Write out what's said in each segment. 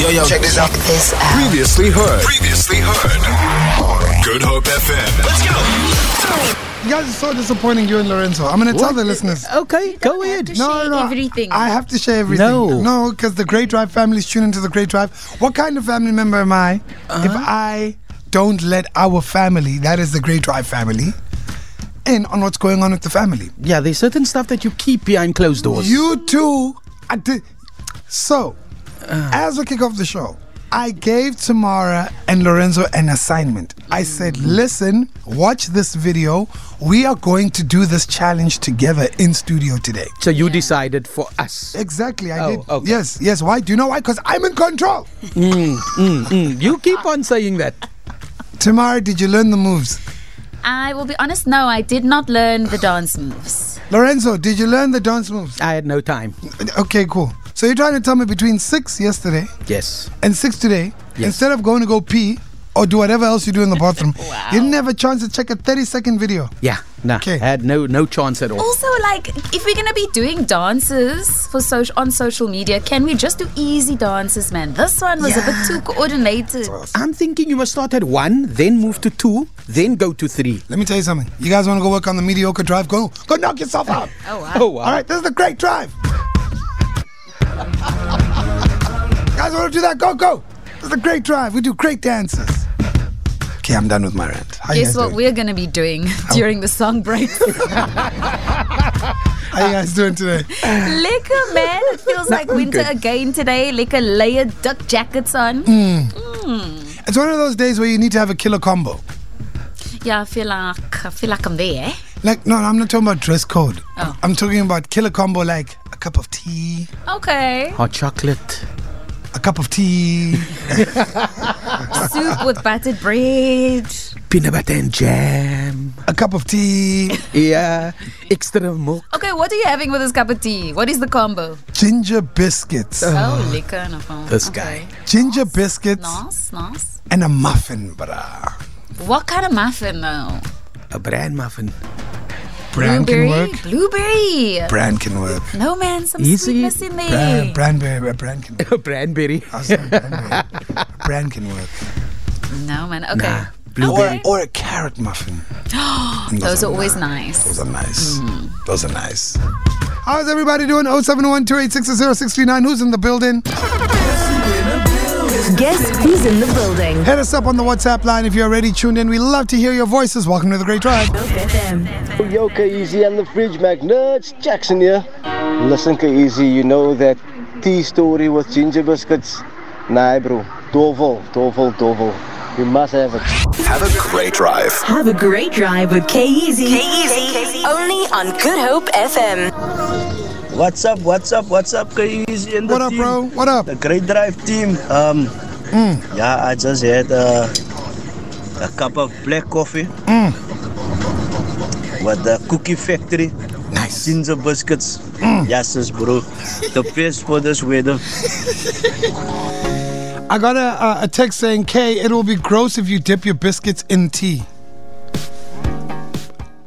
Yo, yo, check this out. This out. Previously heard. Previously heard. Good Hope FM. Let's go. You guys are so disappointing, you and Lorenzo. I'm going to tell the listeners. Okay, go ahead. No, no, no. everything. I have to share everything. No. No, because the Great Drive family's tune into the Great Drive. What kind of family member am I if I don't let our family, that is the Great Drive family, in on what's going on with the family? Yeah, there's certain stuff that you keep behind closed doors. You too. I did. So, as we kick off the show, I gave Tamara and Lorenzo an assignment. I said, listen, watch this video. We are going to do this challenge together in studio today. so you decided for us. Exactly, I Oh, did. okay. Yes, yes. Why? Do you know why? Because I'm in control. Mm, You keep on saying that. Tamara, did you learn the moves? I will be honest, no, I did not learn the dance moves. Lorenzo, did you learn the dance moves? I had no time. Okay, cool. So you're trying to tell me between six yesterday Yes. and six today, Yes. instead of going to go pee or do whatever else you do in the bathroom, you didn't have a chance to check a 30 second video. Yeah. Nah. Okay. Oh. I had no no chance at all. Also, like, if we're gonna be doing dances for social on social media, can we just do easy dances, man? This one was a bit too coordinated. I'm thinking you must start at one, then move to two, then go to three. Let me tell you something. You guys want to go work on the mediocre drive? Go, go knock yourself out. Oh wow. Oh wow. Ah. All right, this is the great drive. guys want to do that? Go, go. This is the great drive. We do great dances. Okay, I'm done with my rant. How you guys Guess what doing? we're gonna be doing during the song break? How you guys doing today? Liquor, man. It feels like winter again today. Liquor layered duck jackets on. It's one of those days where you need to have a killer combo. Yeah, I feel like I feel like I'm there. eh? Like, no, I'm not talking about dress code. Oh. I'm talking about killer combo like a cup of tea, Okay. Hot chocolate. a cup of tea, Soup with buttered bread. Peanut butter and jam. a cup of tea, Yeah. Extra milk. Okay, what are you having with this cup of tea? What is the combo? ginger biscuits, Oh, liquor and a phone. This Okay. ginger biscuits, Nice, nice. and a muffin, brah. What kind of muffin though? A bran muffin. Brand can work. Blueberry. Brand can work. No man, some Easy. sweetness in there. Brand, brand, brand can work. A branberry. I was saying brand, brand can work. No man. Okay. Nah, Or, blueberry. or a carrot muffin. Those are always Hmm. nice. Those are nice. Those are nice. How's everybody doing? 071 Who's in the building? Guess who's in the building? Hit us up on the WhatsApp line if you're already tuned in. We love to hear your voices. Welcome to the Great Drive. Yoka Easy and the Fridge Magnets, Jackson here. Listen, Ka Easy, you know that tea story with ginger biscuits? Nah, bro. Dovel, dovel, dovel. You must have it. Have a great drive. Have a great drive with K-Easy. K-Easy. Only on Good Hope FM. What's up? What's up? What's up, Easy and the What up, team? bro? Mm. What up? The Great Drive team. Um, yeah, I just had uh, a cup of black coffee Mm. with the Cookie Factory. Nice. Ginger biscuits. Mm. Yes, yes, bro. The best for this weather. I got a, a, a text saying, Kay, it will be gross if you dip your biscuits in tea.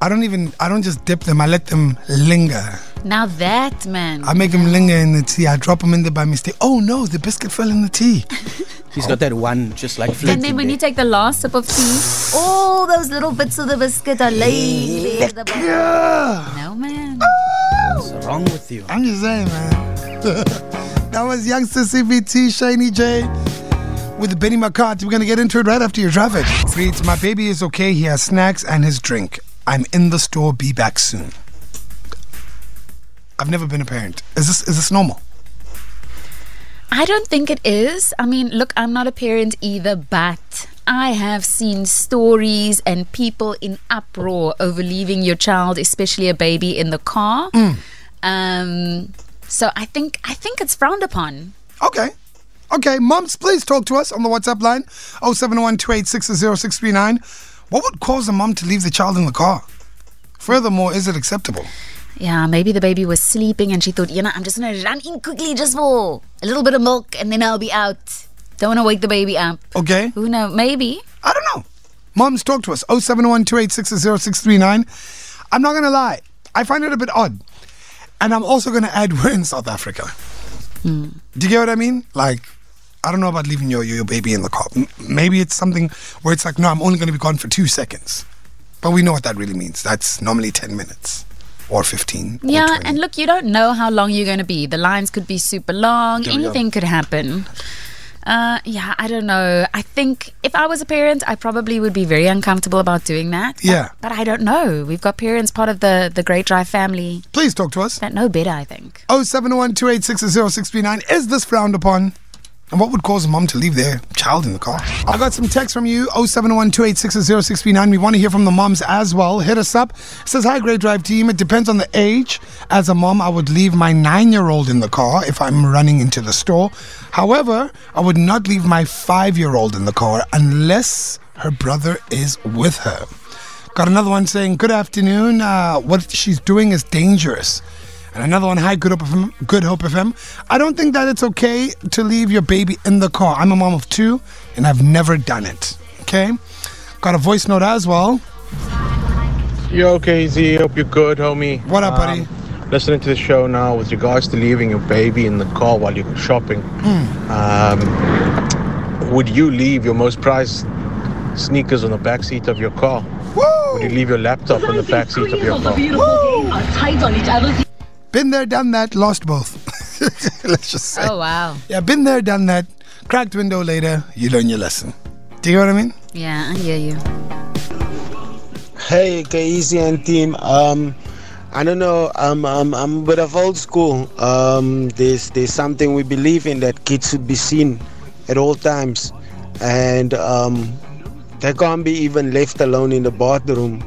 I don't even, I don't just dip them, I let them linger. Now that man. I make them linger in the tea. I drop them in there by mistake. Oh no, the biscuit fell in the tea. He's got that one just like and then when you floating take the last sip of tea, all those little bits of the biscuit are laid there. at the bottom. Yeah. No man. Ah! there. What's wrong with you? I'm just saying, man. that was Youngster CBT, Shiny J with Benny McCarthy. We're going to get into it right after your traffic. Reads, my baby is okay. He has snacks and his drink. I'm in the store. Be back soon. I've never been a parent. Is this is this normal? I don't think it is. I mean, look, I'm not a parent either, but I have seen stories and people in uproar over leaving your child, especially a baby, in the car. Um, so I think I think it's frowned upon. Okay. Okay, moms, please talk to us on the WhatsApp line 071 What would cause a mom to leave the child in the car? Furthermore, is it acceptable? Yeah, maybe the baby was sleeping and she thought, you know, I'm just gonna run in quickly just for a little bit of milk and then I'll be out. Don't wanna wake the baby up. Okay. Who knows? Maybe. I don't know. Moms, talk to us. 071 I'm not going to lie. I find it a bit odd. Hmm. And I'm also going to add we're in South Africa. Do you get what I mean? Like, I don't know about leaving your, your, your baby in the car. M- maybe it's something where it's like, no, I'm only going to be gone for two seconds. But we know what that really means. That's normally 10 minutes or 15. or Yeah, 20. and look, you don't know how long you're going to be. The lines could be super long. There we go. Anything could happen. Uh, yeah, I don't know. I think if I was a parent, I probably would be very uncomfortable about doing that. But- Yeah. but I don't know. We've got parents part of the the Great Drive family Please talk to us. that know better. I think. 071 Is this frowned upon? And what would cause a mom to leave their child in the car? I got some text from you, 071 We want to hear from the moms as well. Hit us up. It says, Hi, Great Drive team. It depends on the age. As a mom, I would leave my nine year old in the car if I'm running into the store. However, I would not leave my five year old in the car unless her brother is with her. Got another one saying, Good afternoon. Uh, what she's doing is dangerous. And another one, hi, Good Hope FM. Good Hope FM. I don't think that it's okay to leave your baby in the car. I'm a mom of two, and I've never done it. Okay, got a voice note as well. Yo, KZ, hope you're good, homie. Um, What up, buddy? Listening to the show now with regards to leaving your baby in the car while you're shopping. Hmm. Um, would you leave your most prized sneakers on the back seat of your car? Would you Woo! leave your laptop on the back seat of your car? Been there, done that, lost both. Let's just say, Oh wow. yeah, been there, done that. Cracked window later, you learn your lesson. Do you know what I mean? Yeah, I hear you. Hey, Casey and team. Um, I don't know. I'm, I'm, I'm a bit of old school. Um, there's, there's something we believe in that kids should be seen at all times, and um, they can't be even left alone in the bathroom,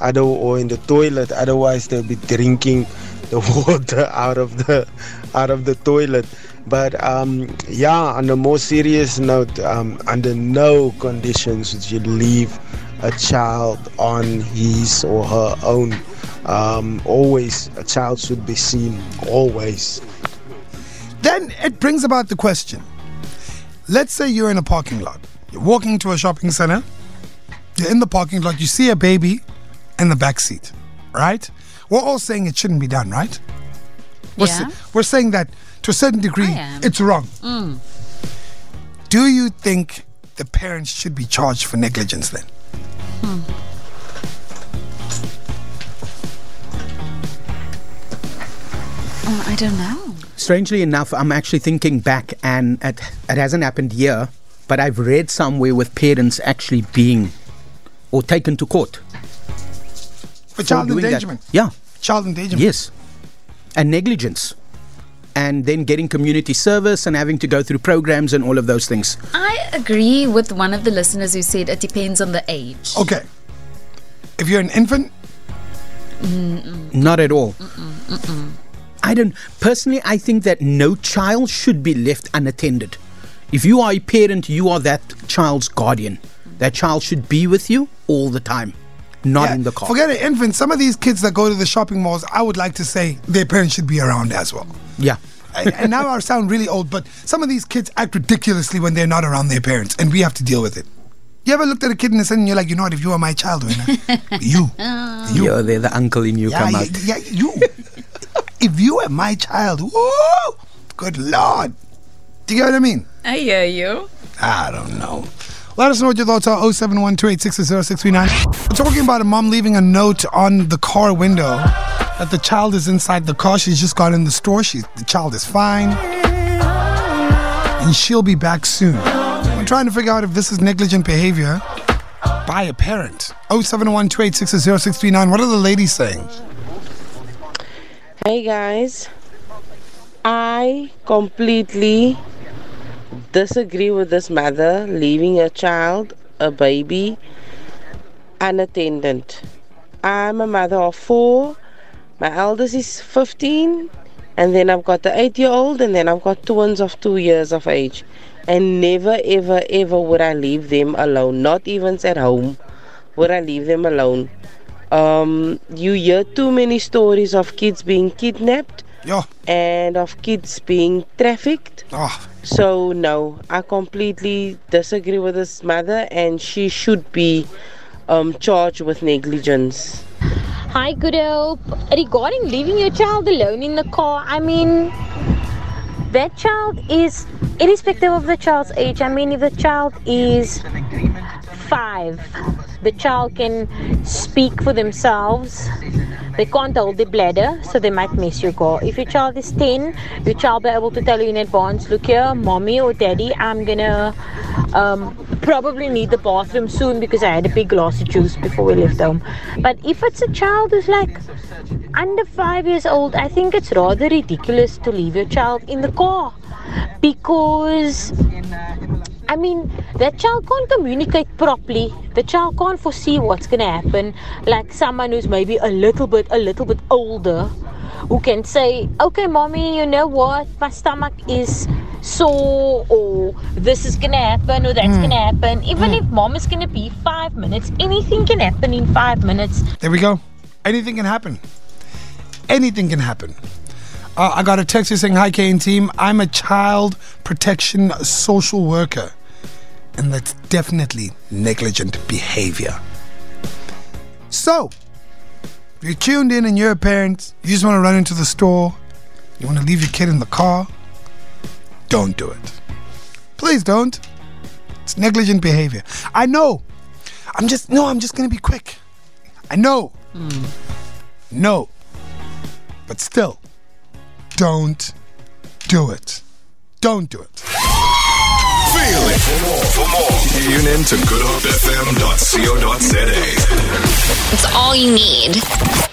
other or in the toilet. Otherwise, they'll be drinking the water out of the out of the toilet. But um, yeah, on a more serious note, um, under no conditions would you leave a child on his or her own. Um, always, a child should be seen, always. Then it brings about the question. Let's say you're in a parking lot. You're walking to a shopping center. You're in the parking lot. You see a baby in the back seat, right? We're all saying it shouldn't be done, right? We're, sa- Yeah. we're saying that to a certain degree, I am. Mm. it's wrong. Do you think the parents should be charged for negligence then? Oh, I don't know. Strangely enough, I'm actually thinking back, and it, it hasn't happened here, but I've read somewhere with parents actually being or taken to court For child doing that. endangerment. Yeah, Child endangerment. yes, and negligence, and then getting community service and having to go through programs and all of those things. I agree with one of the listeners who said it depends on the age. Okay. If you're an infant, Not at all. I don't personally. I think that no child should be left unattended. If you are a parent, you are that child's guardian. That child should be with you all the time, not Yeah, in the car. Forget an infant. Some of these kids that go to the shopping malls, I would like to say their parents should be around as well. Yeah, and and now I sound really old, but some of these kids act ridiculously when they're not around their parents, and we have to deal with it. You ever looked at a kid in the sun and you're like, you know what, if you were my child, Wena, you, you, yeah. There, the uncle in you yeah, Oh. come yeah, out. yeah, you, if you were my child, whoa, good lord. Do you get what I mean? I hear you. I don't know. Let us know what your thoughts are. 071 We're talking about a mom leaving a note on the car window that the child is inside the car. She's just gone in the store. She's, the child is fine. And she'll be back soon. I'm trying to figure out if this is negligent behavior by a parent. 071 What are the ladies saying? Hey guys, I completely disagree with this mother leaving a child, a baby, unattended. I'm a mother of four, my eldest is 15, and then I've got the eight year old, and then I've got twins of two years of age. And never, ever, ever would I leave them alone, not even at home would I leave them alone? Um, you hear too many stories of kids being kidnapped Yo, and of kids being trafficked. oh, So, no, I completely disagree with this mother, and she should be um, charged with negligence. Hi, good help. Regarding leaving your child alone in the car, I mean, that child is, irrespective of the child's age, I mean, if the child is five, the child can speak for themselves. They can't hold the bladder, so they might miss your goal. If your child is 10, your child will be able to tell you in advance, look here, mommy or daddy, I'm gonna um, probably need the bathroom soon because I had a big glass of juice before we left home. But if it's a child who's like under five years old, I think it's rather ridiculous to leave your child in the car because I mean, that child can't communicate properly. The child can't foresee what's going to happen. Like someone who's maybe a little bit, a little bit older, who can say, "Okay, mommy, you know what? My stomach is sore, or this is going to happen, or that's Mm. going to happen." Even if mom is going to be five minutes, anything can happen in five minutes. There we go. Anything can happen. Anything can happen. Uh, I got a text here saying, Hi, Kane team. I'm a child protection social worker. And that's definitely negligent behavior. So, if you're tuned in and you're a parent, you just want to run into the store, you want to leave your kid in the car, don't do it. Please don't. It's negligent behavior. I know. I'm just, no, I'm just going to be quick. I know. No. But still, don't do it. Don't do it. Feel it. For more, for more, tune in to goodhopefm.co.za. It's all you need.